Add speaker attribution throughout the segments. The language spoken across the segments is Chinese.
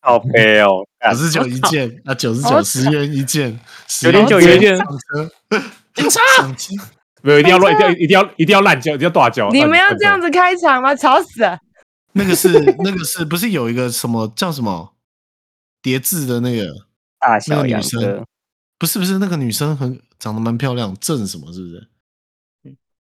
Speaker 1: 好悲哦，
Speaker 2: 九十九一 件啊，九十九十元一
Speaker 3: 哦
Speaker 2: 件，
Speaker 3: 有点久，有点
Speaker 2: 上车，
Speaker 4: 警察，
Speaker 2: 上车，
Speaker 3: 没有，一定要乱，一定要，一定要，一定要烂叫，一定要大叫。
Speaker 4: 你们要
Speaker 3: 烂
Speaker 4: 这样
Speaker 3: 叫，
Speaker 4: 子开场吗？吵死了！
Speaker 2: 那个是 那个是不是有一个什么叫什么叠字的那个？
Speaker 1: 大
Speaker 2: 那
Speaker 1: 小
Speaker 2: 个女
Speaker 1: 杨
Speaker 2: 生
Speaker 1: 哥，
Speaker 2: 不是不是那个女生很长得蛮漂亮，郑什么是不是？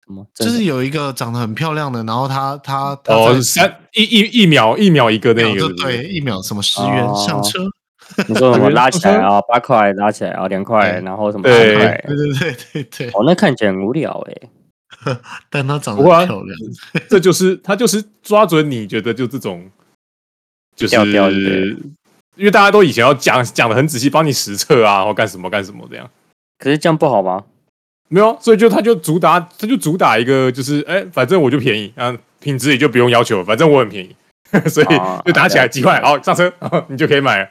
Speaker 1: 什么？
Speaker 2: 就是有一个长得很漂亮的，然后她她她在
Speaker 3: 哦，三一一一秒一秒一个那
Speaker 2: 秒
Speaker 3: 个
Speaker 2: 就，对，一秒什么十元
Speaker 1: 哦
Speaker 2: 上车，
Speaker 1: 你说什么拉起来啊，八块拉起来啊，两块，
Speaker 2: 对
Speaker 1: 然后什么八
Speaker 3: 对
Speaker 1: 块？
Speaker 2: 对对对对对，
Speaker 1: 哦，那看起来很无聊哎。
Speaker 2: 但她长得
Speaker 3: 不过啊
Speaker 2: 很漂亮，
Speaker 3: 这就是他就是抓准你觉得就这种，就是
Speaker 1: 调调对
Speaker 3: 因为大家都以前要讲讲的很仔细，帮你实测啊，或干什么干什么这样。
Speaker 1: 可是这样不好吗？
Speaker 3: 没有啊，所以就他就主打，他就主打一个就是，哎、反正我就便宜啊，品质也就不用要求，反正我很便宜， 所以
Speaker 1: 啊
Speaker 3: 就打起来
Speaker 1: 了解
Speaker 3: 几块，好上车，哦你就可以 买了。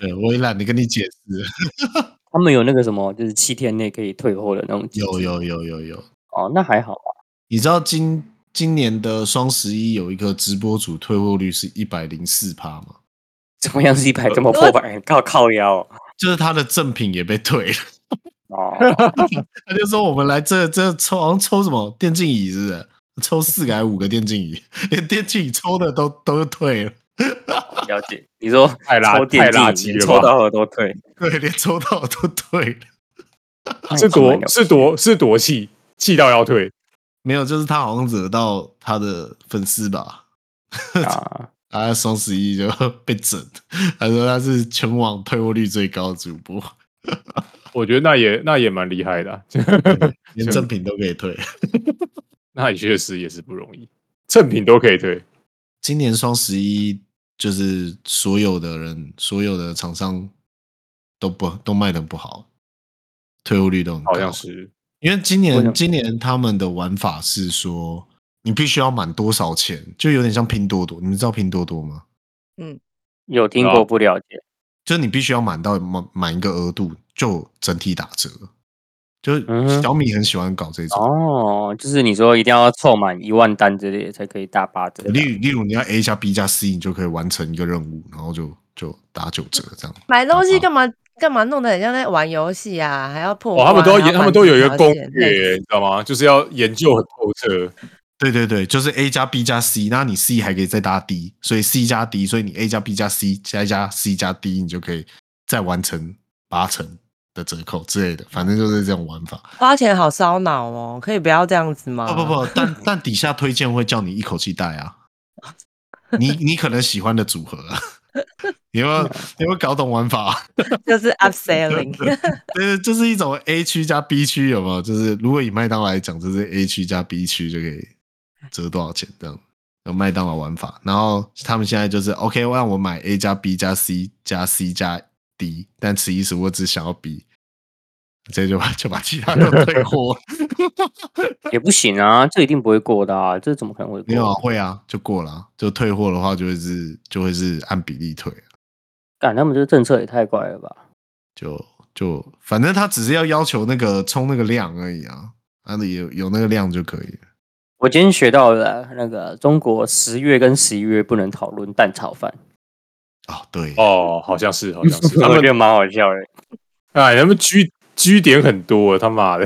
Speaker 2: 对我也懒得跟你解释，
Speaker 1: 他们有那个什么，就是七天内可以退货的那种机制。
Speaker 2: 有有有有有，
Speaker 1: 哦，那还好吧。
Speaker 2: 你知道今今年的双十一有一个直播主退货率是一百零四趴吗？
Speaker 1: 怎么样是一百这么破
Speaker 2: 呃
Speaker 1: 百？靠靠腰哦
Speaker 2: 就是他的赠品也被退了，
Speaker 1: 哦，
Speaker 2: 他就说我们来这这抽好像抽什么电竞椅是不是？抽四个还五个电竞椅， 连电竞椅抽的都都退了，
Speaker 1: 了解。你说
Speaker 3: 太垃
Speaker 1: 抽
Speaker 3: 太
Speaker 1: 电
Speaker 3: 垃
Speaker 1: 竞
Speaker 3: 圾
Speaker 1: 椅，
Speaker 3: 了
Speaker 1: 抽
Speaker 3: 吧
Speaker 1: 到耳朵退，
Speaker 2: 对，连抽到的都退了。
Speaker 3: 是
Speaker 1: 多
Speaker 3: 多是多是多气，气到要退。
Speaker 2: 没有，就是他好像惹到他的粉丝吧，
Speaker 1: 啊？
Speaker 2: 啊，双十一就被整，他说他是全网退货率最高的主播，
Speaker 3: 我觉得那也那也蛮厉害的啊、
Speaker 2: 连赠品都可以退。
Speaker 3: 那也确实也是不容易，赠品都可以退。
Speaker 2: 今年双十一就是所有的人，所有的厂商都不都卖的不好，退货率都很高。
Speaker 3: 好像是
Speaker 2: 因为今
Speaker 1: 为什
Speaker 2: 年
Speaker 1: 么
Speaker 2: 今年他们的玩法是说，你必须要满多少钱，就有点像拼多多。你们知道拼多多吗？
Speaker 1: 有听
Speaker 3: 啊
Speaker 1: 过不了解？
Speaker 2: 就是你必须要满到满满一个额度，就整体打折。就
Speaker 1: 嗯哼
Speaker 2: 是小米很喜欢搞这种，
Speaker 1: 哦，就是你说一定要凑满一万单之类的才可以打八折的。
Speaker 2: 例如例如你要 A 加 B 加 C，你就可以完成一个任务，然后就就打九折这样。
Speaker 4: 买东西
Speaker 2: 好吧
Speaker 4: 干嘛干嘛弄得很像在玩游戏啊？还要破
Speaker 3: 哦，
Speaker 4: 关、
Speaker 3: 他们都
Speaker 4: 还
Speaker 3: 要
Speaker 4: 要
Speaker 3: 他们都有一个
Speaker 4: 换
Speaker 3: 攻
Speaker 4: 几条线
Speaker 3: 略，你知道吗？就是要研究很透彻。
Speaker 2: 对对对，就是 A 加 B 加 C，那你 C 还可以再搭 D，所以 C 加 D，所以你 A 加 B 加 C 加一加 C 加 D，你就可以再完成八成的折扣之类的，反正就是这种玩法。
Speaker 4: 花钱好烧脑哦，可以不要这样子吗？
Speaker 2: 不不，不，但但底下推荐会叫你一口气带啊，你你可能喜欢的组合、啊， 你有没有你有没有搞懂玩法、 啊
Speaker 4: 就是 upselling，
Speaker 2: 对，呃就是一种 A 区加 B 区有没有？就是如果以麦当劳来讲，就是 A 区加 B 区就可以折多少钱这样。有麦当劳玩法，然后他们现在就是 OK，让我买 A 加 B 加 C 加 C 加 D，但此一时我只想要 B，这就把就把其他都退货。
Speaker 1: 也不行啊，这一定不会过的啊，这怎么可能会过？
Speaker 2: 没有啊，会啊，就过了啊、就退货的话就会是就会是按比例退，啊
Speaker 1: 干他们这政策也太怪了吧？
Speaker 2: 就就反正他只是要要求那个冲那个量而已啊，那里有有那个量就可以了。
Speaker 1: 我今天学到了那个中国十月跟十一月不能讨论蛋炒饭，
Speaker 2: 哦，对，
Speaker 3: 哦，好像是，好像 是。他
Speaker 1: 我
Speaker 3: 们
Speaker 1: 觉得蛮好笑的。
Speaker 3: 哎，他们居居点很多，他妈的。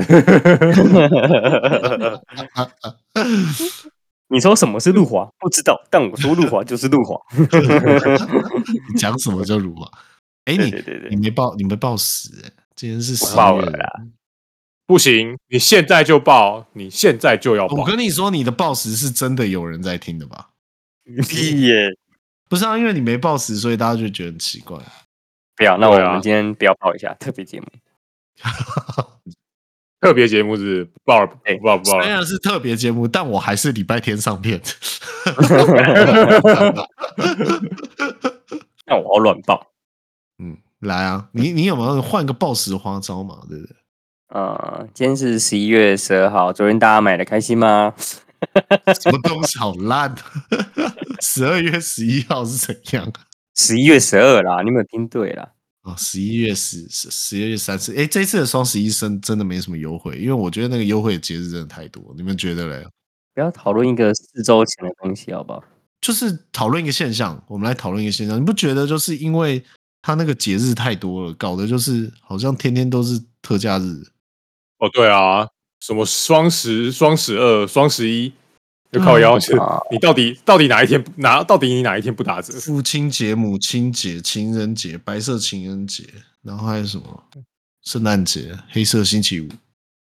Speaker 1: 你说什么是路华？不知道，但我说路华就是 路华。
Speaker 2: 你 讲什么就辱啊！哎、
Speaker 1: 对
Speaker 2: 你
Speaker 1: 对对
Speaker 2: 你
Speaker 1: 对，
Speaker 2: 没报，你没报时、欸，今天是
Speaker 1: 我
Speaker 2: 十
Speaker 1: 报了
Speaker 2: 月
Speaker 1: 啦
Speaker 3: 不行，你现在就报，你现在就要
Speaker 2: 我
Speaker 3: 报。
Speaker 2: 跟你说，你的报时是真的有人在听的吧？
Speaker 1: 屁耶！
Speaker 2: 不是啊，因为你没报时，所以大家就觉得很奇怪。
Speaker 1: 不要，那我
Speaker 3: 对啊
Speaker 1: 们今天不要报一下特别节目。
Speaker 3: 特别节目是不报了，
Speaker 1: 哎
Speaker 3: 不报不报
Speaker 2: 虽
Speaker 3: 了。
Speaker 2: 然是特别节目，但我还是礼拜天上片。
Speaker 1: 那我要乱报。
Speaker 2: 嗯，来啊，你你有没有换个报时花招嘛？对不对？
Speaker 1: 呃，今天是十一月十二号，昨天大家买的开心吗？
Speaker 2: 什么东西好烂？啊 十二月十一号是怎样啊？
Speaker 1: 十一月十二啦，你没有听对啦。
Speaker 2: 哦，十一月十十十一月三十，哎，这次的双十一真真的没什么优惠，因为我觉得那个优惠的节日真的太多，你们觉得嘞？
Speaker 1: 不要讨论一个四周前的东西，好不好？
Speaker 2: 就是讨论一个现象，我们来讨论一个现象，你不觉得就是因为它那个节日太多了，搞得就是好像天天都是特价日，
Speaker 3: 哦，对啊，什么双十、双十二、双十一，就靠腰去。
Speaker 1: 啊
Speaker 3: 你到底到底哪一天不哪？到底你哪一天不打折？
Speaker 2: 父亲节、母亲节、情人节、白色情人节，然后还有什么圣诞节、黑色星期五。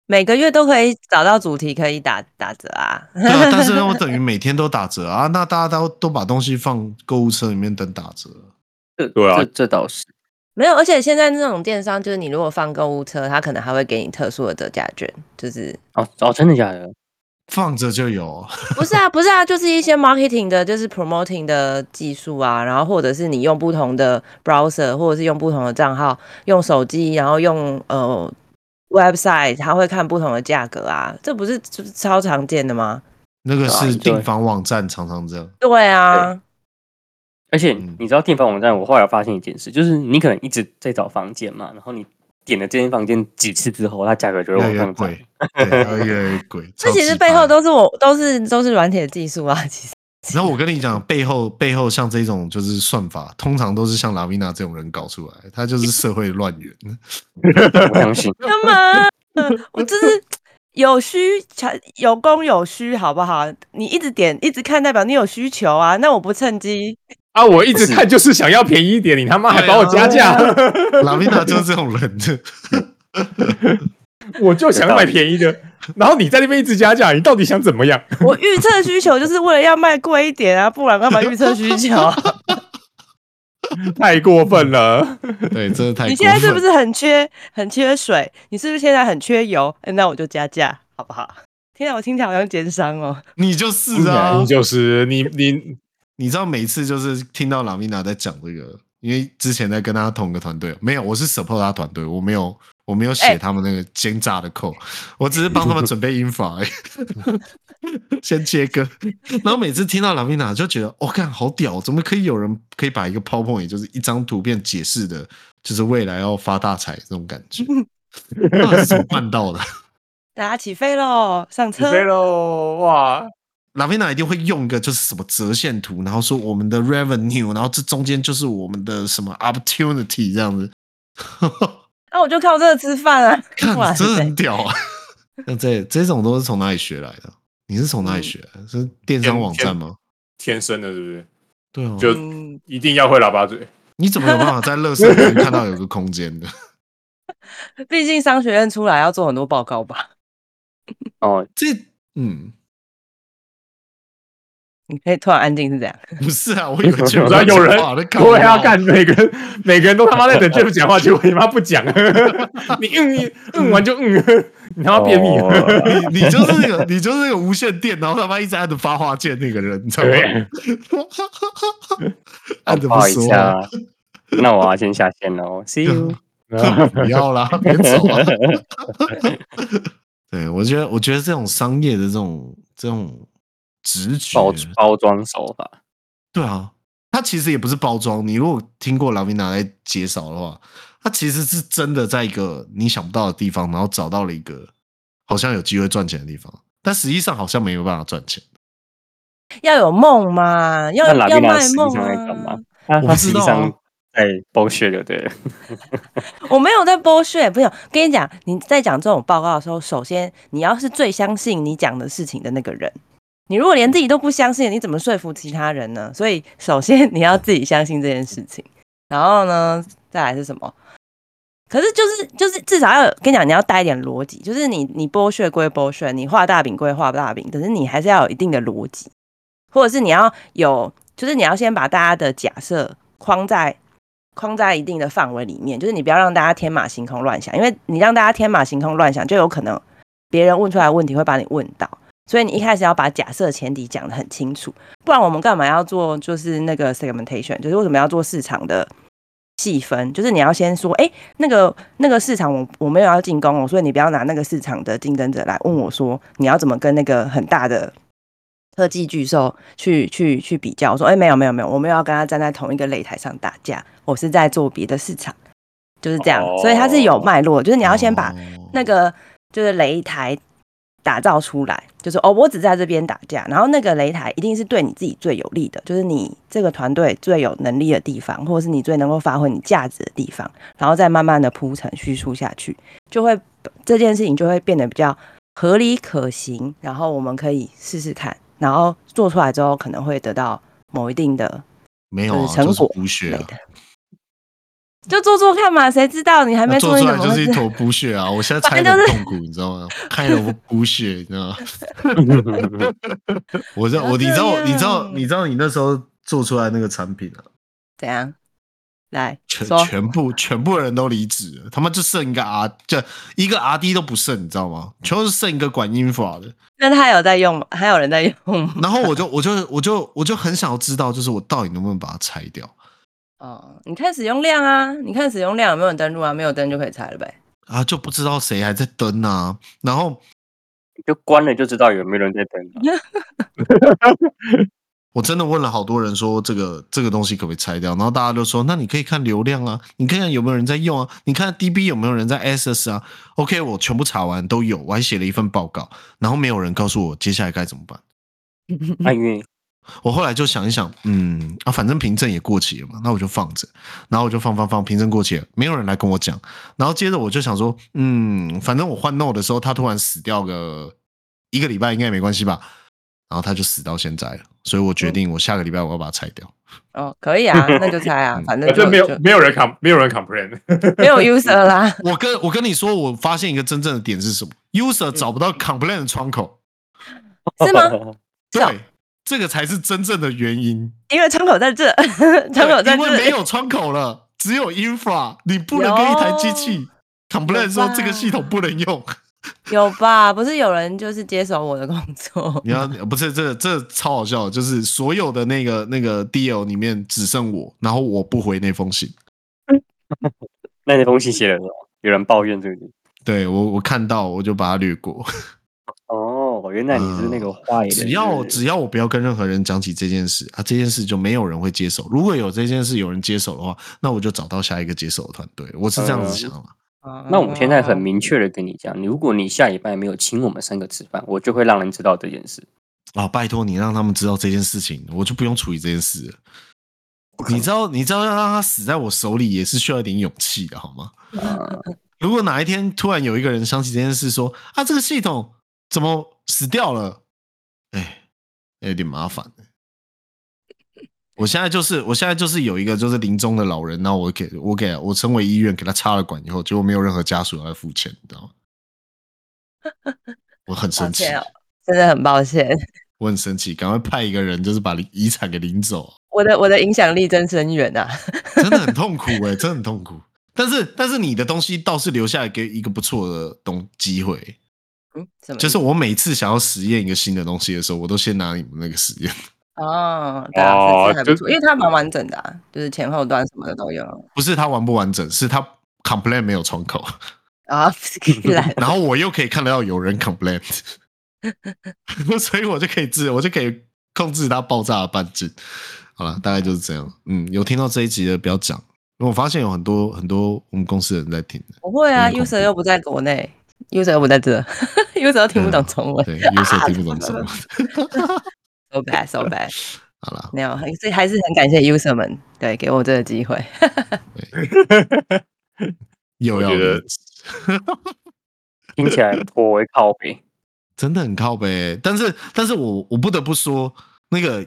Speaker 4: 每个月都可以找到主题可以打打折啊。
Speaker 2: 对啊，但是那我等于每天都打折啊，那大家都都把东西放购物车里面等打折。
Speaker 1: 这
Speaker 3: 对啊
Speaker 1: 这这倒是。
Speaker 4: 没有，而且现在那种电商，就是你如果放购物车，他可能还会给你特殊的折价券，就是
Speaker 1: 哦哦，真的假的？
Speaker 2: 放着就有，
Speaker 4: 不是啊，不是啊，就是一些 marketing 的，就是 promoting 的技术啊，然后或者是你用不同的 browser，或者是用不同的账号，用手机，然后用呃 website，他会看不同的价格啊，这不是就是超常见的吗？
Speaker 2: 那个
Speaker 1: 对啊
Speaker 2: 是
Speaker 1: 你就
Speaker 2: 订房网站常常这样。
Speaker 4: 对啊，
Speaker 1: 而且
Speaker 2: 嗯
Speaker 1: 你知道订房网站，我后来发现一件事，就是你可能一直在找房间嘛，然后你点了这间房间几次之后，它价格就会
Speaker 2: 越来
Speaker 1: 往
Speaker 2: 越
Speaker 1: 上涨。
Speaker 2: 贵，对，它越来越贵。
Speaker 4: 这
Speaker 2: 超
Speaker 4: 其实
Speaker 2: 级
Speaker 4: 背后
Speaker 2: 棒
Speaker 4: 都是我都是都是软体的技术啊，其 实
Speaker 2: 然后我跟你讲，背后背后像这种就是算法，通常都是像拉维娜这种人搞出来，他就是社会乱源。
Speaker 1: 我相信
Speaker 4: 干嘛？我就是有需求，有供有需，好不好？你一直点，一直看，代表你有需求啊。那我不趁机，
Speaker 3: 啊，我一直看就是啊想要便宜一点，你他妈还把我加价，
Speaker 2: 拉维娜就是这种人，
Speaker 3: 我就想买便宜的，然后你在那边一直加价，你到底想怎么样？
Speaker 4: 我预测需求就是为了要卖贵一点啊，不然干嘛预测需求？
Speaker 3: 太过分了！
Speaker 2: 对，真的太。
Speaker 4: 你现在是不？是很缺很缺水？你是不是现在很缺油？哎那我就加价，好不好？天啊，我听起来好像奸商哦。
Speaker 2: 你就是啊
Speaker 3: 你，嗯就是你你
Speaker 2: 你知道每次就是听到拉米娜在讲这个，因为之前在跟他同个团队，没有，我是 support 他团队，我没有，我没有写
Speaker 4: 哎
Speaker 2: 他们那个奸诈的扣，我只是帮他们准备 info，而已先切割。然后每次听到拉米娜就觉得，我、哦、看好屌，怎么可以有人可以把一个 PowerPoint，也就是一张图片解释的，就是未来要发大财这种感觉，到底是怎么办到的？
Speaker 4: 大家起飞喽，上
Speaker 3: 起飞
Speaker 4: 车！
Speaker 3: 喽！哇，
Speaker 2: 拉菲娜一定会用一个就是什么折线图，然后说我们的 revenue，然后这中间就是我们的什么 opportunity 这样子，
Speaker 4: 那、我就靠这个吃饭啊！哇
Speaker 2: 看真的
Speaker 4: 塞
Speaker 2: 很，屌啊！那这这种都是从哪里学来的？你是从哪里学来的？是电商网站吗？
Speaker 3: 天生的是不是？
Speaker 2: 对啊，
Speaker 3: 就
Speaker 4: 嗯，
Speaker 3: 一定要会喇叭嘴？
Speaker 2: 你怎么有办法在乐视里面看到有个空间 的？
Speaker 4: 毕竟商学院出来要做很多报告吧。
Speaker 1: 哦，
Speaker 2: 这嗯，
Speaker 4: 你可以突然安静是这样？
Speaker 2: 不是啊，我以为就
Speaker 3: 我知 道有人对啊，干每个人每个人都他妈在等 Jeff 讲话，结果你妈不讲， 你嗯你嗯完就嗯，你他妈便秘 了。
Speaker 1: 哦
Speaker 2: 你你就是那个你就是那个无线电，然后他妈一直按着发话键那个人，你知道吗？按着
Speaker 1: 不好意
Speaker 2: 说
Speaker 1: 思
Speaker 2: 话。
Speaker 1: 啊， 那我要先下线喽，See you。
Speaker 2: 不要啦，别走啊！ 对，我觉得，我觉得这种商业的这种这种直觉，
Speaker 1: 包包装手法，
Speaker 2: 对啊，它其实也不是包装。你如果听过拉米娜在介绍的话，它其实是真的在一个你想不到的地方，然后找到了一个好像有机会赚钱的地方，但实际上好像没有办法赚钱。
Speaker 4: 要有梦嘛，要
Speaker 1: 那拉
Speaker 4: 要
Speaker 1: 比纳
Speaker 4: 卖
Speaker 1: 实际
Speaker 4: 梦
Speaker 1: 上在干
Speaker 4: 啊
Speaker 1: 嘛！他
Speaker 2: 我
Speaker 1: 他
Speaker 2: 不
Speaker 1: 实
Speaker 2: 知
Speaker 1: 际
Speaker 2: 道啊
Speaker 1: 上在剥削就对了。
Speaker 4: 我没有在剥削，不是跟你讲，你在讲这种报告的时候，首先你要是最相信你讲的事情的那个人，你如果连自己都不相信，你怎么说服其他人呢？所以首先你要自己相信这件事情，然后呢，再来是什么？可是就是就是至少要有跟你讲，你要带一点逻辑，就是你你剥削归剥削，你画大饼归画大饼，可是你还是要有一定的逻辑，或者是你要有，就是你要先把大家的假设框在框在一定的范围里面，就是你不要让大家天马行空乱想，因为你让大家天马行空乱想，就有可能别人问出来的问题会把你问到，所以你一开始要把假设前提讲得很清楚，不然我们干嘛要做就是那个 segmentation，就是为什么要做市场的细分？就是你要先说，哎、那个那个市场我我没有要进攻哦，所以你不要拿那个市场的竞争者来问我说你要怎么跟那个很大的科技巨兽去去去比较。我说，哎、没有没有没有，我没有要跟他站在同一个擂台上打架，我是在做别的市场，就是这样。所以它是有脉络，就是你要先把
Speaker 2: 哦
Speaker 4: 那个就是擂台打造出来，就是哦，我只在这边打架，然后那个擂台一定是对你自己最有利的，就是你这个团队最有能力的地方，或者是你最能够发挥你价值的地方，然后再慢慢的铺陈叙述下去，就会这件事情就会变得比较合理可行，然后我们可以试试看，然后做出来之后可能会得到某一定的
Speaker 2: 没有
Speaker 4: 就
Speaker 2: 啊，
Speaker 4: 是成
Speaker 2: 就是
Speaker 4: 果
Speaker 2: 补血
Speaker 4: 类
Speaker 2: 啊
Speaker 4: 的，。就做做看嘛，谁知道你还
Speaker 2: 那
Speaker 4: 没
Speaker 2: 做
Speaker 4: 做，
Speaker 2: 出
Speaker 4: 你
Speaker 2: 来
Speaker 4: 怎么
Speaker 2: 就
Speaker 4: 会
Speaker 2: 是一
Speaker 4: 知道
Speaker 2: 坨补血啊！我现在猜
Speaker 4: 反
Speaker 2: 的
Speaker 4: 正
Speaker 2: 很
Speaker 4: 就是
Speaker 2: 痛苦，你知道吗？看了我补血，你知道吗？ 我知道，
Speaker 4: 不要
Speaker 2: 我你知道我，
Speaker 4: 这
Speaker 2: 你知道，
Speaker 4: 样
Speaker 2: 你知道你那时候做出来那个产品啊，
Speaker 4: 怎样？来
Speaker 2: 全
Speaker 4: 说，
Speaker 2: 全部全部人都离职了，他妈就剩一个 R，就一个 RD 都不剩，你知道吗？全部是剩一个管音法的。
Speaker 4: 那他有在用吗？还有人在用吗？
Speaker 2: 然后我就我就我就我就很想要知道，就是我到底能不能把它拆掉
Speaker 4: 哦，你看使用量啊，你看使用量有没有登录啊？没有登就可以拆了呗。
Speaker 2: 啊？就不知道谁还在登啊。然后
Speaker 1: 就关了就知道有没有人在等 了。
Speaker 2: 我真的问了好多人说这个这个东西可不可以拆掉，然后大家都说，那你可以看流量啊，你看看有没有人在用啊，你看 DB 有没有人在 SS 啊。OK，我全部查完都有，我还写了一份报告，然后没有人告诉我接下来该怎么办。
Speaker 1: 那啊因为
Speaker 2: 我后来就想一想，嗯啊，反正凭证也过期了嘛，那我就放着，然后我就放放放，凭证过期了，没有人来跟我讲。然后接着我就想说，嗯，反正我换 No 的时候，他突然死掉个一个礼拜，应该也没关系吧。然后他就死到现在了，所以我决定我下个礼拜我要把它拆掉。
Speaker 4: 哦，可以啊，那就拆啊，反正
Speaker 3: 反
Speaker 4: 就
Speaker 3: 正没有
Speaker 4: 就
Speaker 3: 没有人 com 没有人 complain，
Speaker 4: 没有 user 啦。
Speaker 2: 我跟我跟你说，我发现一个真正的点是什么？User
Speaker 4: 嗯
Speaker 2: 找不到 complain 的窗口，
Speaker 4: 是吗？是哦
Speaker 2: 对，这个才是真正的原因。
Speaker 4: 因为窗口在这， 窗口
Speaker 2: 对
Speaker 4: 在
Speaker 2: 因为没
Speaker 4: 这，
Speaker 2: 有窗口了，只有 infra，你不能跟一台机器 complain 说
Speaker 4: 有吧
Speaker 2: 这个系统不能用。
Speaker 4: 有吧？不是有人就是接手我的工作
Speaker 2: 你，
Speaker 4: 啊
Speaker 2: 要不是这这超好笑的，就是所有的那个那个 DL 里面只剩我，然后我不回那封信。
Speaker 1: 那那封信写了什么？有人抱怨这个。
Speaker 2: 对我我看到我就把它略过，
Speaker 1: 哦，原来你是那个坏人。
Speaker 2: 嗯只要只要我不要跟任何人讲起这件事啊，这件事就没有人会接手。如果有这件事有人接手的话，那我就找到下一个接手的团队。我是这样子想的。
Speaker 1: 那
Speaker 4: 那
Speaker 1: 我们现在很明确的跟你讲，如果你下礼拜没有请我们三个吃饭，我就会让人知道这件事。
Speaker 2: 啊，拜托你让他们知道这件事情，我就不用处理这件事了
Speaker 1: 不可能
Speaker 2: 你知道，你知道要让他死在我手里也是需要一点勇气的，好吗？
Speaker 1: 啊
Speaker 4: 嗯
Speaker 2: 如果哪一天突然有一个人想起这件事说，啊，这个系统怎么死掉了？哎，有点麻烦。我现在就是，我现在就是有一个就是临终的老人，然后我给我给我身为医院给他插了管以后，结果没有任何家属来付钱，你知道吗？ 我很
Speaker 4: 抱
Speaker 2: 生气，
Speaker 4: 歉哦，真的很抱歉，
Speaker 2: 我很生气，赶快派一个人就是把遗产给领走，
Speaker 4: 我的我的影响力真深远啊。
Speaker 2: 真的很痛苦哎、真的很痛苦。但是但是你的东西倒是留下来给一个不错的东机会，
Speaker 4: 嗯，什么意思？
Speaker 2: 就是我每次想要实验一个新的东西的时候，我都先拿你们那个实验，
Speaker 4: 哦，对啊，是是还不
Speaker 3: 就
Speaker 4: 错，因为它蛮完整的啊，就是前后端什么的都有
Speaker 2: 不是它完不完整，是它 complain 没有窗口，
Speaker 4: 啊。来，
Speaker 2: 然后我又可以看得到有人 complain，所以我就可以制，我就可以控制它爆炸的半径。好了，大概就是这样。嗯，有听到这一集的不要讲，因为我发现有很多很多我们公司的人在听。
Speaker 4: 不会啊
Speaker 2: 很恐
Speaker 4: ，user
Speaker 2: 怖
Speaker 4: 又不在国内，user 又不在这 ，user 又听不懂中文
Speaker 2: 嗯 对，有时候听不懂中文。
Speaker 4: 啊，so bad so bad，
Speaker 2: 好啦，
Speaker 4: 没有，还是还是很感谢 user 们，对，给我这个机会。
Speaker 2: 又要
Speaker 3: 我觉得
Speaker 2: 离职
Speaker 1: 听起来颇为靠北。
Speaker 2: 真的很靠北。但是，但是我我不得不说，那个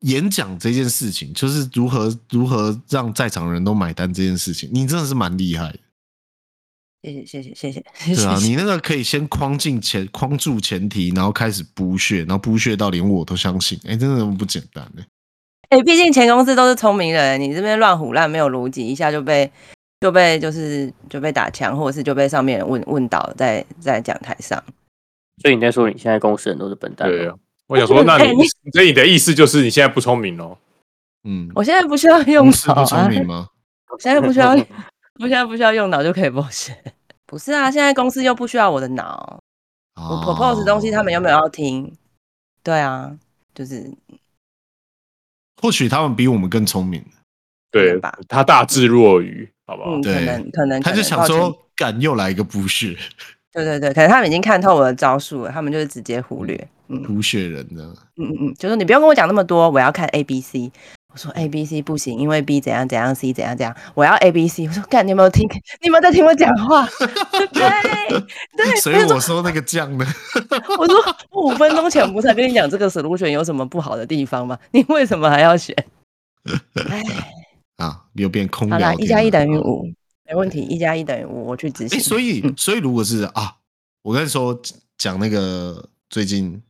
Speaker 2: 演讲这件事情，就是如何如何让在场人都买单这件事情，你真的是蛮厉害的。
Speaker 4: 谢谢谢谢谢谢谢
Speaker 2: 对啊，
Speaker 4: 谢，
Speaker 2: 你那个可以先框进前框住前提，然后开始补血，然后补血到连我都相信，哎、真的不简单哎、
Speaker 4: 哎，毕竟前公司都是聪明人，你这边乱胡乱没有逻辑，一下就被
Speaker 2: 嗯
Speaker 4: 就被就是就被打枪，或者是就被上面人问问倒在在讲台上，
Speaker 1: 所以你在说你现在公司人都是笨蛋吗？
Speaker 3: 对啊，我想说，那
Speaker 4: 哎
Speaker 3: 你
Speaker 4: 你
Speaker 3: 所以你的意思就是你现在不聪明哦？
Speaker 2: 嗯，
Speaker 4: 我现在不需要用
Speaker 2: 公司
Speaker 4: 脑
Speaker 2: 不
Speaker 4: 啊
Speaker 2: 聪，明吗？
Speaker 4: 我现在不需 要，我现在不需要用脑就可以 b u 不是啊，现在公司又不需要我的脑，我 propose 东
Speaker 2: 哦
Speaker 4: 西他们有没有
Speaker 2: 有？
Speaker 4: 要听？对啊，就是
Speaker 2: 或许他们比我们更聪明，
Speaker 4: 对
Speaker 3: 对
Speaker 4: 吧，
Speaker 3: 他大智若愚，好不好
Speaker 4: 嗯，？可
Speaker 2: 对
Speaker 4: 能可能
Speaker 2: 他就
Speaker 4: 可能
Speaker 2: 想
Speaker 4: 抱歉
Speaker 2: 说，敢又来一个不屑，
Speaker 4: 对对对，可能他们已经看透我的招数了，他们就是直接忽略。嗯
Speaker 2: 不屑人呢？
Speaker 4: 嗯嗯嗯，就说你不用跟我讲那么多，我要看 A B C。我说
Speaker 2: 嗯
Speaker 4: A B C 不行，因为 B 怎样怎样，C 怎样怎样，我要 A B C。我说干，你有没有听？你有没有在听我讲话？ 对对，
Speaker 2: 所
Speaker 4: 我
Speaker 2: 以
Speaker 4: 就说
Speaker 2: 我说那个酱呢，
Speaker 4: 我说我五分钟前不是才跟你讲这个 solution 有什么不好的地方吗？你为什么还要选？ 哎，
Speaker 2: 啊，又变空
Speaker 4: 好
Speaker 2: 聊
Speaker 4: 啦，
Speaker 2: 天了。
Speaker 4: 一加一等于五，没问题，一加一等于五，我去执
Speaker 2: 哎、
Speaker 4: 行。
Speaker 2: 所以
Speaker 4: 嗯
Speaker 2: 所以如果是啊，我跟你说讲那个最近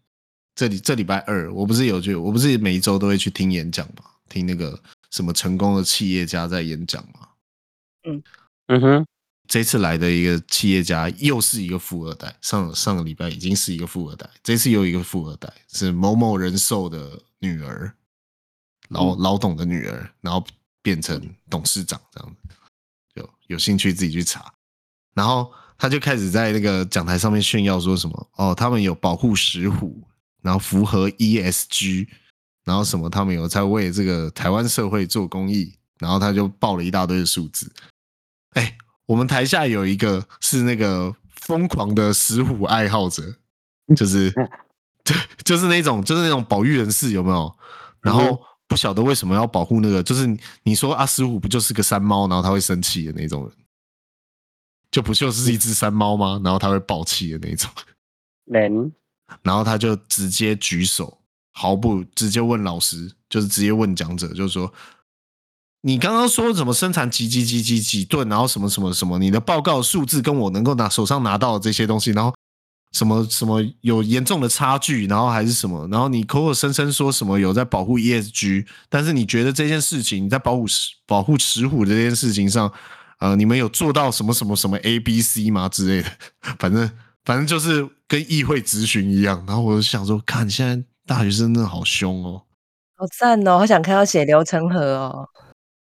Speaker 2: 这里这礼拜二，我不是有去，我不是每一周都会去听演讲嘛，听那个什么成功的企业家在演讲嘛。
Speaker 1: 嗯哼，
Speaker 2: 这次来的一个企业家又是一个富二代，上上个礼拜已经是一个富二代，这次又一个富二代是某某人寿的女儿，老、老董的女儿，然后变成董事长这样子，就有兴趣自己去查。然后他就开始在那个讲台上面炫耀说什么哦，他们有保护石虎，然后符合 ESG，然后什么他们有在为这个台湾社会做公益，然后他就报了一大堆的数字。哎，我们台下有一个是那个疯狂的石虎爱好者，就是对， 就是那种就是那种保育人士有没有？然后不晓得为什么要保护那个，就是你你说啊，石虎不就是个山猫，然后它会生气的那种人，就不就是一只山猫吗？然后它会暴气的那种。
Speaker 1: 人
Speaker 2: 然后他就直接举手，毫不直接问老师，就是直接问讲者，就是说，你刚刚说什么生产几几几几几吨，然后什么什么什么，你的报告数字跟我能够拿手上拿到的这些东西，然后什么什么有严重的差距，然后还是什么，然后你口口声声说什么有在保护 ESG，但是你觉得这件事情你在保护石保护石虎这件事情上，呃，你们有做到什么什么什么 A、B、C 吗之类的？反正反正就是跟议会咨询一样。然后我就想说，看现在大学生真的好凶哦。
Speaker 4: 好赞哦，好想看到血流成河哦。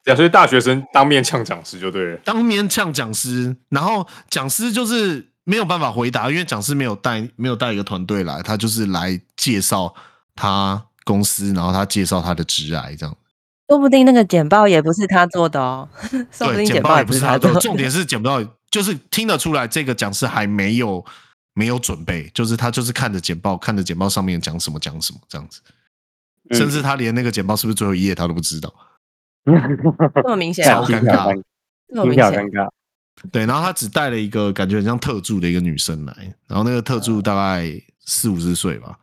Speaker 3: 对啊，所以大学生当面呛讲师就对了。
Speaker 2: 当面呛讲师，然后讲师就是没有办法回答，因为讲师没有带没有带一个团队来，他就是来介绍他公司，然后他介绍他的职癌这样。
Speaker 4: 说不定那个简报也不是他做的哦，说不
Speaker 2: 对，
Speaker 4: 定
Speaker 2: 简
Speaker 4: 报
Speaker 2: 报
Speaker 4: 也
Speaker 2: 也不是
Speaker 4: 他
Speaker 2: 他做
Speaker 4: 做的。
Speaker 2: 的，重点是简报就是听得出来这个讲师还没有没有准备，就是他就是看着简报，看着简报上面讲什么讲什么这样子，
Speaker 1: 嗯
Speaker 2: 甚至他连那个简报是不是最后一页他都不知道。
Speaker 4: 这么明显
Speaker 2: 超
Speaker 4: 啊，
Speaker 2: 尴尬，
Speaker 4: 这 么
Speaker 1: 听
Speaker 4: 明
Speaker 1: 起来好
Speaker 4: 显
Speaker 1: 尴。尬。
Speaker 2: 对，然后他只带了一个感觉很像特助的一个女生来，然后那个特助大概四五十岁吧，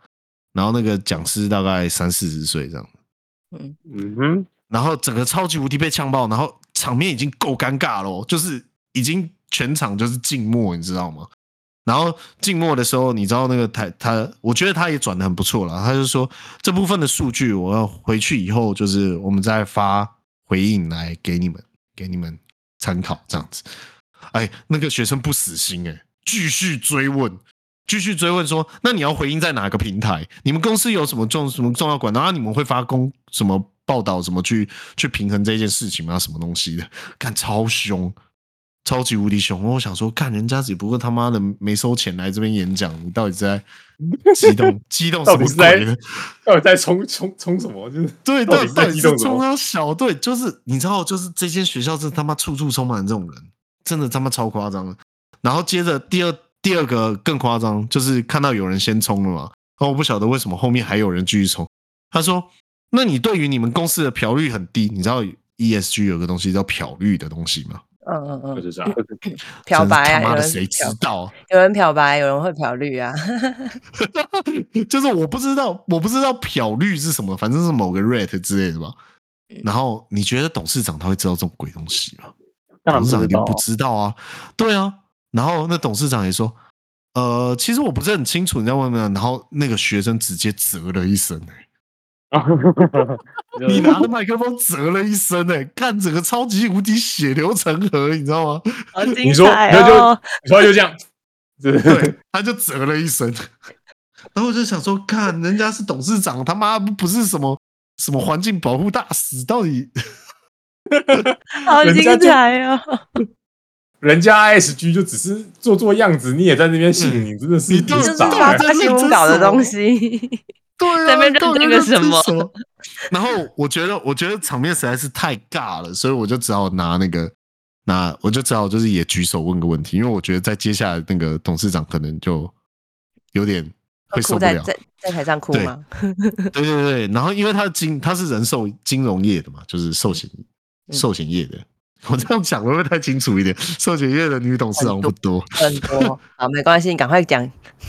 Speaker 2: 然后那个讲师大概三四十岁这样，
Speaker 1: 嗯哼，
Speaker 2: 然后整个超级无敌被呛爆，然后场面已经够尴尬了哦，就是已经全场就是静默，你知道吗？然后静默的时候，你知道那个台他，我觉得他也转的很不错了。他就说这部分的数据，我要回去以后，就是我们再发回应来给你们，给你们参考这样子。哎，那个学生不死心哎、继续追问，继续追问说，那你要回应在哪个平台？你们公司有什么重什么重要管道？然后你们会发公什么报道，怎么去去平衡这件事情吗？什么东西的？干超凶，超级无敌凶！我想说，干人家只不过他妈的没收钱来这边演讲，你到底在激动激动什
Speaker 3: 到
Speaker 2: 么
Speaker 3: 底是在
Speaker 2: 鬼呢？
Speaker 3: 到底在冲冲冲什么？就是
Speaker 2: 对，
Speaker 3: 到
Speaker 2: 到
Speaker 3: 底
Speaker 2: 底到
Speaker 3: 在
Speaker 2: 底
Speaker 3: 激
Speaker 2: 是
Speaker 3: 动什
Speaker 2: 中
Speaker 3: 么？
Speaker 2: 央小队，就是你知道，就是这间学校是他妈处处充满这种人，真的他妈超夸张的。然后接着第二第二个更夸张，就是看到有人先冲了嘛，然后我不晓得为什么后面还有人继续冲。他说：“那你对于你们公司的漂率很低，你知道 ESG 有个东西叫漂率的东西吗？
Speaker 4: 嗯嗯
Speaker 3: 就
Speaker 4: 嗯，
Speaker 3: 是这样，
Speaker 4: 漂
Speaker 2: 真是
Speaker 4: 白啊，
Speaker 2: 他
Speaker 4: 有
Speaker 2: 妈的
Speaker 4: 人
Speaker 2: 谁知
Speaker 4: 漂，
Speaker 2: 道啊？
Speaker 4: 有人漂白，有人会漂绿啊。
Speaker 2: 就是我不知道，我不知道漂绿是什么，反正是某个 rate 之类的吧。然后你觉得董事长他会知道这种鬼东西吗？”
Speaker 1: 当然
Speaker 2: 董事长
Speaker 1: 不知
Speaker 2: 一定
Speaker 1: 道
Speaker 2: 不知道啊，对啊。然后那董事长也说，呃，其实我不是很清楚你在问什么。然后那个学生直接啧了一声、欸，
Speaker 1: 哦。
Speaker 2: 你拿着麦克风啧了一声、欸，哎，看整个超级无敌血流成河，你知道吗？
Speaker 4: 好
Speaker 3: 你
Speaker 4: 精
Speaker 3: 说
Speaker 4: 彩
Speaker 3: 那就
Speaker 4: 哦！
Speaker 3: 然后就这样，就是
Speaker 2: 对， 他就啧了一声。 然后我就想说，看人家是董事长，他妈不不是什么什么环境保护大使，到底
Speaker 4: 好
Speaker 3: 人家
Speaker 4: 精
Speaker 3: 就
Speaker 4: 彩哦！
Speaker 3: 人家 ISG 就只是做做样子，你也在那边信，你真的是欸
Speaker 2: 你
Speaker 3: 就
Speaker 2: 到
Speaker 4: 就是
Speaker 2: 底
Speaker 3: 是
Speaker 2: 到底
Speaker 4: 发
Speaker 2: 在
Speaker 4: 发新
Speaker 2: 认
Speaker 4: 闻
Speaker 2: 真
Speaker 4: 稿的
Speaker 2: 什么
Speaker 4: 东西，
Speaker 2: 对啊，
Speaker 4: 在那边认
Speaker 2: 到底
Speaker 4: 那个
Speaker 2: 认真
Speaker 4: 什么
Speaker 2: 么？ 然后我觉得，我觉得场面实在是太尬了，所以我就只好拿那个，拿我就只好就是也举手问个问题，因为我觉得在接下来那个董事长可能就有点会
Speaker 4: 哭
Speaker 2: 受不
Speaker 4: 在
Speaker 2: 了。
Speaker 4: 在在台上哭
Speaker 2: 对
Speaker 4: 吗？
Speaker 2: 对对对，然后因为他的金他是人寿金融业的嘛，就是寿险
Speaker 4: 嗯
Speaker 2: 寿险业的。 我这样讲会不会太清楚一点？寿险业的女董事长不多，
Speaker 4: 很多好，没关系，你赶快讲。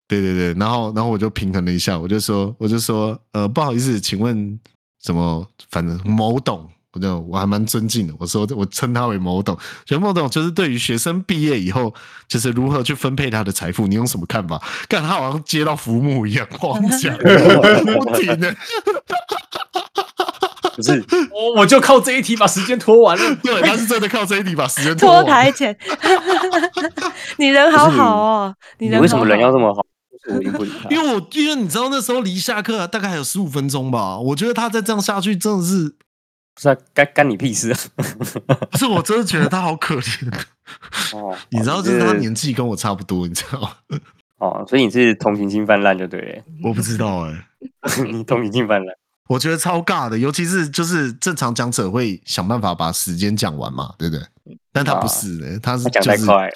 Speaker 2: 对对对，然后然后我就平衡了一下，我就说我就说呃不好意思，请问什么？反正某董，我就我还蛮尊敬的，我说我称他为某董。觉得某董就是对于学生毕业以后，就是如何去分配他的财富，你有什么看法？干他好像接到浮木一样，狂讲不停的，
Speaker 1: 不是
Speaker 3: 哦我我就靠这一题把时间拖完了。
Speaker 2: 对，他是真的靠这一题把时间
Speaker 4: 脱
Speaker 2: 完
Speaker 4: 台前，你人好好哦，
Speaker 1: 你
Speaker 4: 人
Speaker 1: 为什么
Speaker 4: 好
Speaker 1: 人
Speaker 4: 好
Speaker 1: 要这么好？就是我已经不理他
Speaker 2: 因。为我因为你知道那时候离下课、大概还有十五分钟吧，我觉得他再这样下去真的是，
Speaker 1: 不 是啊干干你屁事啊！
Speaker 2: 不是我真的觉得他好可怜。
Speaker 1: 哦，
Speaker 2: 你知道，就是他年纪跟我差不多，你知道 吗？
Speaker 1: 哦，所以你是同情心泛滥就对 了，
Speaker 2: 我不知道哎、
Speaker 1: 你同情心泛滥。
Speaker 2: 我觉得超尬的，尤其是就是正常讲者会想办法把时间讲完嘛，对不对？但他不是、欸，他是
Speaker 1: 啊他讲
Speaker 2: 就
Speaker 1: 太
Speaker 2: 是
Speaker 1: 快，啊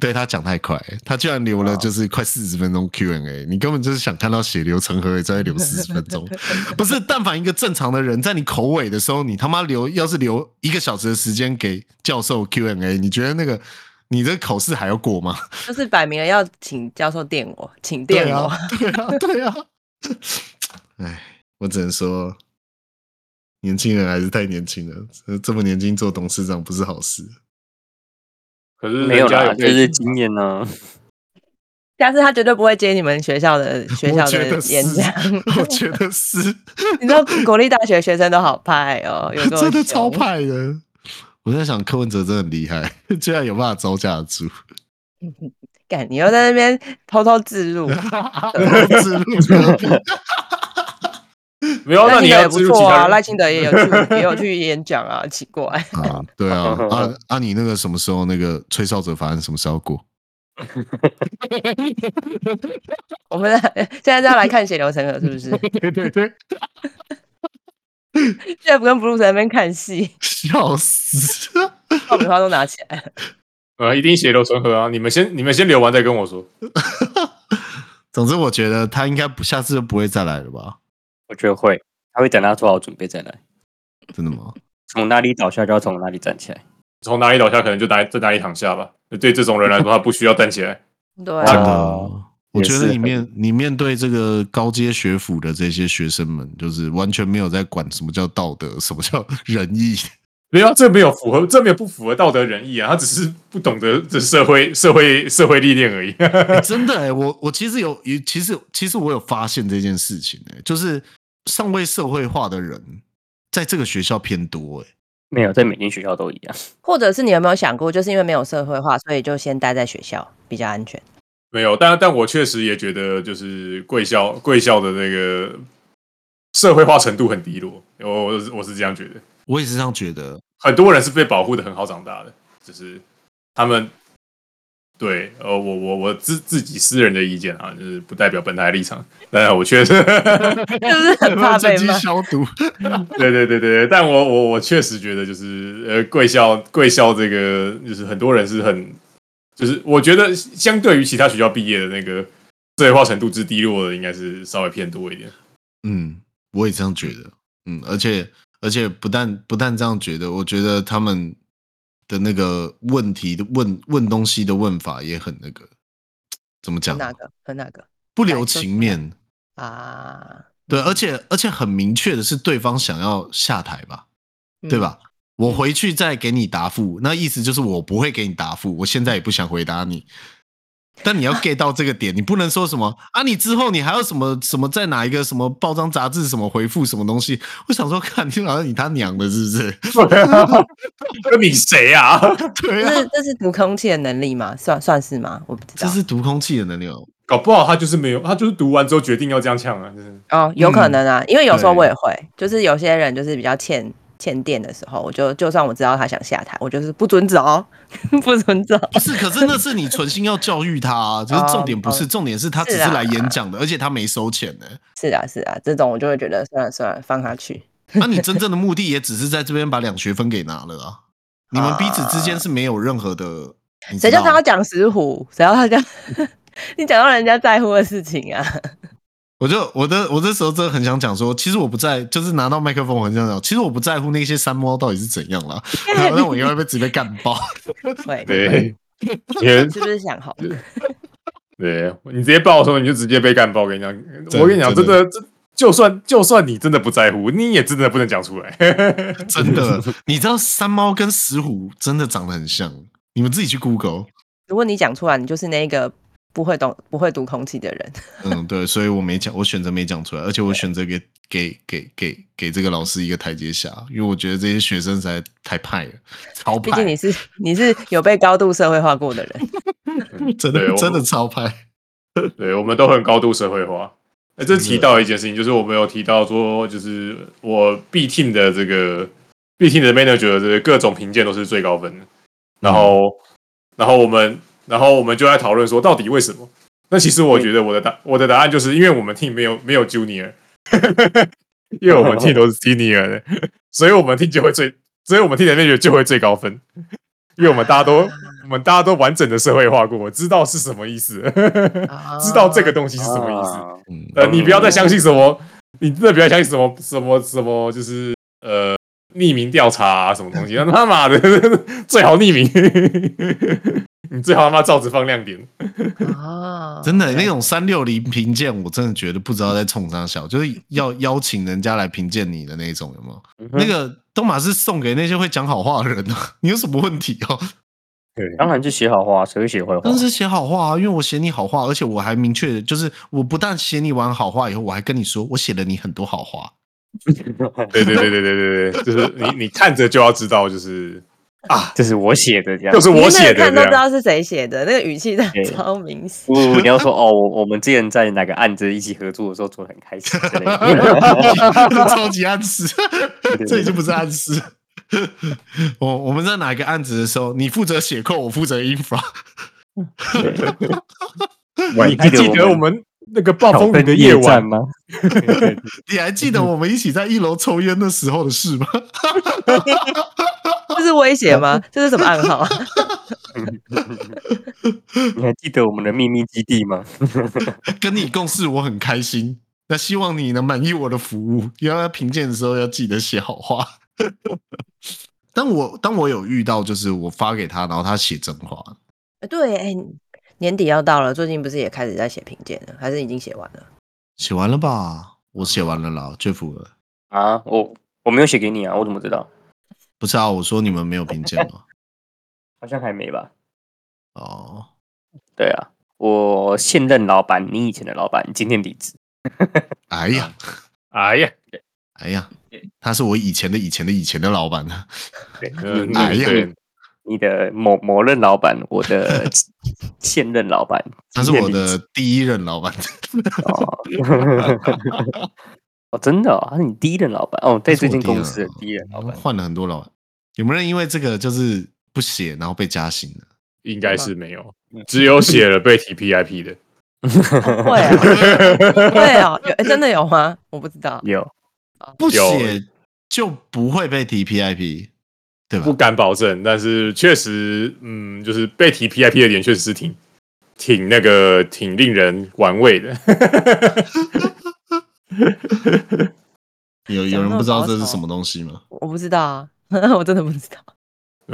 Speaker 2: 对他讲太快，他居然留了就是快四十分钟 Q&A，你根本就是想看到血流成河，也在留四十分 钟。不是，但凡一个正常的人，在你口尾的时候，你他妈留要是留一个小时的时间给教授 Q&A，你觉得那个你的考试还要过吗？
Speaker 4: 就是摆明了要请教授电我，请
Speaker 2: 对
Speaker 4: 电哦我。
Speaker 2: 啊， 对啊，对 啊。哎，我只能说，年轻人还是太年轻了，这这么年轻做董事长不是好事。
Speaker 3: 可是
Speaker 1: 没有
Speaker 3: 人家
Speaker 1: 啦，
Speaker 3: 有
Speaker 1: 这是经验啊呢。
Speaker 4: 下次他绝对不会接你们学校的学
Speaker 2: 我
Speaker 4: 校
Speaker 2: 觉
Speaker 4: 的
Speaker 2: 得是
Speaker 4: 演讲。
Speaker 2: 我觉得是。
Speaker 4: 你知道国立大学学生都好派哦， 有多
Speaker 2: 真的
Speaker 4: 凶
Speaker 2: 超。派的。我在想，柯文哲真的很厉害， 居然有办法招架得住，
Speaker 4: 干，你又在那边偷偷自入，
Speaker 2: 哦自入自入
Speaker 3: 没有，那
Speaker 4: 赖
Speaker 3: 你
Speaker 4: 清德
Speaker 3: 要
Speaker 4: 也不
Speaker 3: 植入其
Speaker 4: 错啊，
Speaker 3: 他
Speaker 4: 赖
Speaker 3: 人，
Speaker 4: 清德也有去也有去演讲啊，奇怪。
Speaker 2: 啊！对 啊，啊啊！你那个什么时候那个吹哨者法案什么时候过？
Speaker 4: 我们来现在是要来看血流成河是不是
Speaker 2: 对对对，
Speaker 4: ？Jeff 跟 Bruce 在那边看戏，
Speaker 2: 笑死！
Speaker 4: 爆米花都拿起来。
Speaker 3: 呃，一定血流成河啊！你们先，你们先留完再跟我说。
Speaker 2: 总之，我觉得他应该不下次就不会再来了吧？
Speaker 1: 我觉得会，他会等他做好准备再来，
Speaker 2: 真的吗？
Speaker 1: 从哪里倒下就要从哪里站起来。
Speaker 3: 从哪里倒下，可能就哪在哪里躺下吧。对这种人来说，他不需要站起来。
Speaker 4: 对
Speaker 2: 真
Speaker 4: 啊，
Speaker 2: 的
Speaker 1: 哦，
Speaker 2: 我觉
Speaker 1: 也
Speaker 2: 得
Speaker 1: 是
Speaker 2: 你面你面对这个高阶学府的这些学生们，就是完全没有在管什么叫道德，什么叫仁 义。
Speaker 3: 没有啊，这没有符合，这没有不符合道德仁义啊，他只是不懂得这社会社会社会历练而已。
Speaker 2: 欸真的哎、我我其实有，也其实其实我有发现这件事情哎、就是尚未社会化的人，在这个学校偏多哎、
Speaker 1: 没有，在每间学校都一样。
Speaker 4: 或者是你有没有想过，就是因为没有社会化，所以就先待在学校比较安全？
Speaker 3: 没有，但但我确实也觉得，就是贵校贵校的那个社会化程度很低落，我我是我是这样觉得。
Speaker 2: 我也是这样觉得。
Speaker 3: 很多人是被保护的很好长大的，就是他们对呃，我我我自自己私人的意见啊，就是不代表本台立场， 但我确实，
Speaker 4: 就是很怕被骂。
Speaker 2: 消毒，
Speaker 3: 对对对对，但我我我确实觉得就是呃，贵校贵校这个就是很多人是很，就是我觉得相对于其他学校毕业的那个社会化程度之低落的，应该是稍微偏多一点。
Speaker 2: 嗯，我也这样觉得，嗯，而且而且不但不但这样觉得，我觉得他们的那个问题的问问东西的问法也很那个，怎么讲啊？
Speaker 4: 那个和那个
Speaker 2: 不留情面，
Speaker 4: 啊，
Speaker 2: 对，而且而且很明确的是，对方想要下台吧，对
Speaker 4: 嗯？
Speaker 2: 吧？我回去再给你答复，那意思就是我不会给你答复，我现在也不想回答你。但你要 get 到这个点，你不能说什么啊，你之后你还有什么什么在哪一个什么报章杂志什么回复什么东西？我想说，看你老像你他娘的，是不是？
Speaker 3: 那你谁啊？
Speaker 2: 对
Speaker 4: 这
Speaker 2: 啊，
Speaker 4: 是这是读空气的能力吗？算算是吗？我不知
Speaker 2: 这
Speaker 4: 道。
Speaker 2: 是读空气的能力哦。
Speaker 3: 搞不好他就是没有，他就是读完之后决定要这样呛啊，就是
Speaker 4: 哦，有可能啊，因为有时候
Speaker 2: 嗯对
Speaker 4: 我也会，就是有些人就是比较欠欠电的时候，我就就算我知道他想下台，我就是不准走， 不准走。
Speaker 2: 不是，可是那是你存心要教育他、啊，就是重点不是，重点是他只是
Speaker 4: 是啊
Speaker 2: 来演讲的，而且他没收钱呢、
Speaker 4: 是啊，是啊，这种我就会觉得算了算了，放他去。
Speaker 2: 那、你真正的目的也只是在这边把两学分给拿了啊，你们彼此之间是没有任何的。你知
Speaker 4: 谁
Speaker 2: 道
Speaker 4: 叫他要讲石虎？谁叫他讲？ 你讲到人家在乎的事 情啊！
Speaker 2: 我就我的我这时候真的很想讲说，其实我不在，就是拿到麦克风，我很想讲，其实我不在乎那些山猫到底是怎样 啦，然后让我应该被直接干爆。
Speaker 4: 会，
Speaker 3: 对，因为
Speaker 4: 是不是想好？
Speaker 3: 对你直接爆的时候，你就直接被干爆。我跟你讲，
Speaker 2: 真的
Speaker 3: 我跟你讲，真
Speaker 2: 真
Speaker 3: 的，这就算就算你真的不在乎，你也真的不能讲出来。
Speaker 2: 真的，你知道山猫跟石虎真的长得很像，你们自己去 Google。
Speaker 4: 如果你讲出来，你就是那个不会懂、不会读空气的人。
Speaker 2: 嗯，对，所以我没讲，我选择没讲出来，而且我选择给给给给给这个老师一个台阶下，因为我觉得这些学生实在太派了，超
Speaker 4: 毕
Speaker 2: 派，
Speaker 4: 竟你是你是有被高度社会化过的 人。
Speaker 2: 真的
Speaker 3: 对我
Speaker 2: 真的超派。
Speaker 3: 对，我们都很高度社会化。哎，这提到一件事情，就是我们有提到说，就是我 B team 的这个 B team 的 manager 的这个各种评鉴都是最高分的。然后，然后我们，然后我们就在讨论说，到底为什么？那其实我觉得我的答我的答案就是因为我们 team 没有没有 junior，因为我们 team 都是 senior 的，所以我们 team 就会最，所以我们 team 的 manager 就会最高分，因为我们大家都我们大家都完整的社会化过，我知道是什么意思。
Speaker 4: 啊
Speaker 3: 知道这个东西是什么意思。
Speaker 1: 啊
Speaker 2: 嗯，
Speaker 3: 呃，你不要再相信什么，你真的不要相信什么什么什么，就是呃匿名调查、啊、什么东西，他妈的最好匿名，你最好他妈照着放亮点。
Speaker 4: 啊
Speaker 2: 真的那种三六零评鉴，我真的觉得不知道在冲啥笑，就是要邀请人家来评鉴你的那种，有没有？
Speaker 1: 嗯哼
Speaker 2: 那个东马是送给那些会讲好话的人啊， 你有什么问题哦？
Speaker 1: 当然是写好话，谁会写坏话？
Speaker 2: 但是写好话啊，因为我写你好话，而且我还明确，就是我不但写你完好话以后，我还跟你说我写了你很多好话。
Speaker 3: 对对对对对对对，就是你你看着就要知道，就是啊，
Speaker 1: 这是我写的，这样
Speaker 3: 就。是
Speaker 4: 你
Speaker 3: 我
Speaker 4: 那个
Speaker 3: 写的
Speaker 4: 看都
Speaker 3: 这
Speaker 4: 知
Speaker 3: 样。
Speaker 4: 道是谁写的，那个语气的
Speaker 1: 对
Speaker 4: 超明显。
Speaker 1: 不，你要说哦，我我们之前在哪个案子一起合作的时候做的很开心之类 的，
Speaker 2: 超级暗示，这已经不是暗示。 我我们在哪一个案子的时候，你负责写扣，我负责 infra。
Speaker 3: 你还记得我们那个暴风雨的夜
Speaker 1: 夜战
Speaker 3: 晚？
Speaker 1: 吗？
Speaker 2: 你还记得我们一起在一楼抽烟的时候的事吗？
Speaker 4: 这是威胁吗？这是什么暗号啊？
Speaker 1: 你还记得我们的秘密基地吗？
Speaker 2: 跟你共事我很开心，那希望你能满意我的服务。你要在评鉴的时候要记得写好话。 但我当我有遇到，就是我发给他，然后他写真话，
Speaker 4: 呃对，哎、年底要到了，最近不是也开始在写评鉴了，还是已经写完了？
Speaker 2: 写完了吧？我写完了啦，最符合。
Speaker 1: 啊，我我没有写给你啊，我怎么知道？
Speaker 2: 不是啊，我说你们没有评鉴 吗？
Speaker 1: 好像还没吧？
Speaker 2: 哦，
Speaker 1: 对啊，我现任老板，你以前的老板，今天离职。
Speaker 2: 哎呀，
Speaker 3: 哎呀，
Speaker 2: 哎呀，他是我以前的以前的以前的老板呢。
Speaker 3: 对
Speaker 1: 嗯
Speaker 2: 哎呀
Speaker 3: 对
Speaker 1: 你的某某任老板，我 的现任老板，
Speaker 2: 他是我的第一任老板，
Speaker 1: 哦，哦，真的、哦，他是你第一任老板哦，在这间公司的第一任老板，
Speaker 2: 换了很多老板。有没有人因为这个就是不写然后被加薪的？
Speaker 3: 应该是没有，只有写了被提 PIP 的。
Speaker 4: 会啊，会 啊，有、哎真的有吗？我不知道。
Speaker 1: 有
Speaker 2: 不
Speaker 3: 有
Speaker 2: 写就不会被提 PIP，对吧
Speaker 3: 不？敢保证，但是确实，嗯，就是被提 PIP 的点确实是挺挺那个挺令人玩味的。
Speaker 2: 有有人不知道这是什么东西吗？
Speaker 4: 我不知道啊， 我真的不知道。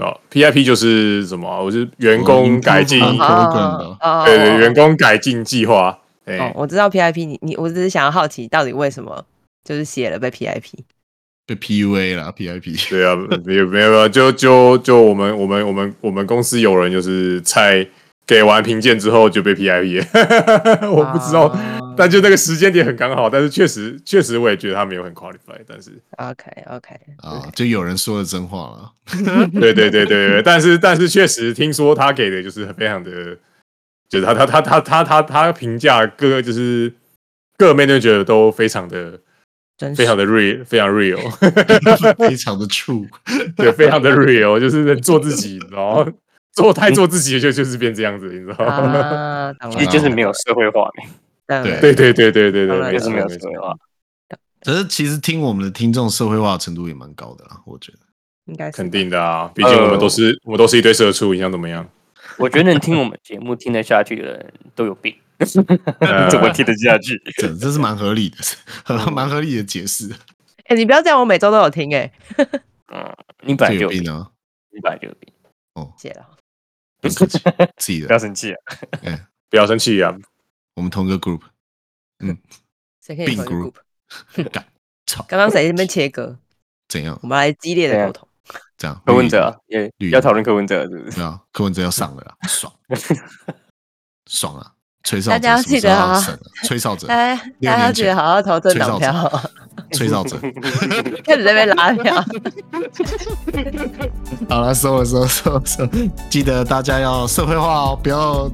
Speaker 3: 啊，PIP 就是什么啊？我是员工改进，
Speaker 2: 嗯
Speaker 3: 对
Speaker 2: ，program 的
Speaker 4: 哦
Speaker 3: 对对，员工改进计划。哎、
Speaker 4: 哦，我知道 PIP，你你，我只是想要好奇，到底为什么就是写了被 PIP？
Speaker 2: 被 PUA 啦 PIP，
Speaker 3: 对啊，也没有没有，就就就我们我们我们我们公司有人就是在给完评鉴之后就被 PIP，了 我不知道，
Speaker 4: 啊
Speaker 3: 但就那个时间点很刚好，但是确实确实我也觉得他没有很 qualify，但是
Speaker 4: OK OK，
Speaker 2: 啊，就有人说了真话了。
Speaker 3: 对对对对对，但是但是确实听说他给的就是非常的，就是他他他他他他他评价各就是各 manager 都非常的
Speaker 4: 真
Speaker 3: 非常
Speaker 4: 是
Speaker 3: 的 real 非常 real，
Speaker 2: 非常的 true，
Speaker 3: 对，非常的 real，就是做自己，然后做太做自己就就是变这样子，你知道吗？
Speaker 4: 啊， 懂了
Speaker 1: 其实就是没有社会化，
Speaker 4: 懂了
Speaker 2: 对
Speaker 3: 对对对对对对，没
Speaker 1: 就
Speaker 3: 错
Speaker 1: 是
Speaker 3: 没
Speaker 1: 没有
Speaker 3: 错
Speaker 1: 社。会化。
Speaker 2: 可是其实听我们的听众社会化的程度也蛮高的啦，我觉得。
Speaker 4: 应该是
Speaker 3: 肯定的啊，毕竟我们都是、我们都是一堆社畜，你想怎么样？
Speaker 1: 我觉得能听我们节目听得下去的人都有病，
Speaker 3: 啊呃
Speaker 1: 怎么听得下去？
Speaker 2: 这这是蛮合理的，蛮合理的解释。
Speaker 4: 哎、你不要这样，我每周都有听哎、
Speaker 1: 嗯，你本来
Speaker 2: 这
Speaker 1: 就
Speaker 2: 有
Speaker 1: 有
Speaker 2: 病
Speaker 1: 病，
Speaker 2: 啊！
Speaker 1: 你本来就有病，
Speaker 4: 谢了。
Speaker 2: 自己
Speaker 1: 不要
Speaker 2: 的，
Speaker 1: 生气啊！
Speaker 3: 不要生气啊！
Speaker 2: 我们同个 group，
Speaker 4: 谁可以
Speaker 2: 病
Speaker 4: 回
Speaker 2: group
Speaker 4: group？
Speaker 2: 干操，
Speaker 4: 刚刚谁在那边切割？
Speaker 2: 怎样
Speaker 4: 我？们来激烈
Speaker 1: 对
Speaker 4: 的
Speaker 1: 啊
Speaker 4: 沟通。
Speaker 2: 这样？
Speaker 1: 柯文哲啊也
Speaker 2: 绿营
Speaker 1: 要讨论柯文哲，是不是？
Speaker 2: 对啊，柯文哲要上了啦，爽， 爽啊！吹哨者
Speaker 4: 大家要
Speaker 2: 什么
Speaker 4: 记
Speaker 2: 时候
Speaker 4: 得
Speaker 2: 要
Speaker 4: 啊
Speaker 2: 上啊，吹哨者，
Speaker 4: 哎，
Speaker 2: 六
Speaker 3: 啊
Speaker 4: 大家
Speaker 2: 年
Speaker 4: 记得
Speaker 2: 前
Speaker 4: 好好投政
Speaker 2: 吹哨
Speaker 4: 党
Speaker 2: 者
Speaker 4: 票，
Speaker 2: 吹 哨者。
Speaker 4: 开始在那边拉票。
Speaker 2: 好了，收了，收了，收了，收了。记得大家要社会化哦，不要。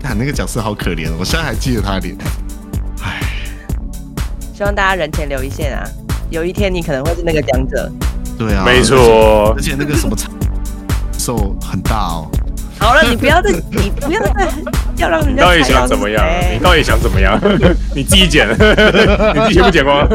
Speaker 2: 看那个角色好可怜哦，我现在还记得他的脸。
Speaker 4: 希望大家人前留一线啊，有一天你可能会是那个讲者。
Speaker 2: 对啊，
Speaker 3: 没，错
Speaker 2: 而，且那个什么手很大哦。
Speaker 4: 好了，你不要再，你不要再，要让人
Speaker 3: 你
Speaker 4: 家
Speaker 3: 到底
Speaker 4: 猜
Speaker 3: 想
Speaker 4: 我是
Speaker 3: 怎么样？啊
Speaker 4: 谁
Speaker 3: 你到底 想怎么样？你自己剪，你自己不剪光。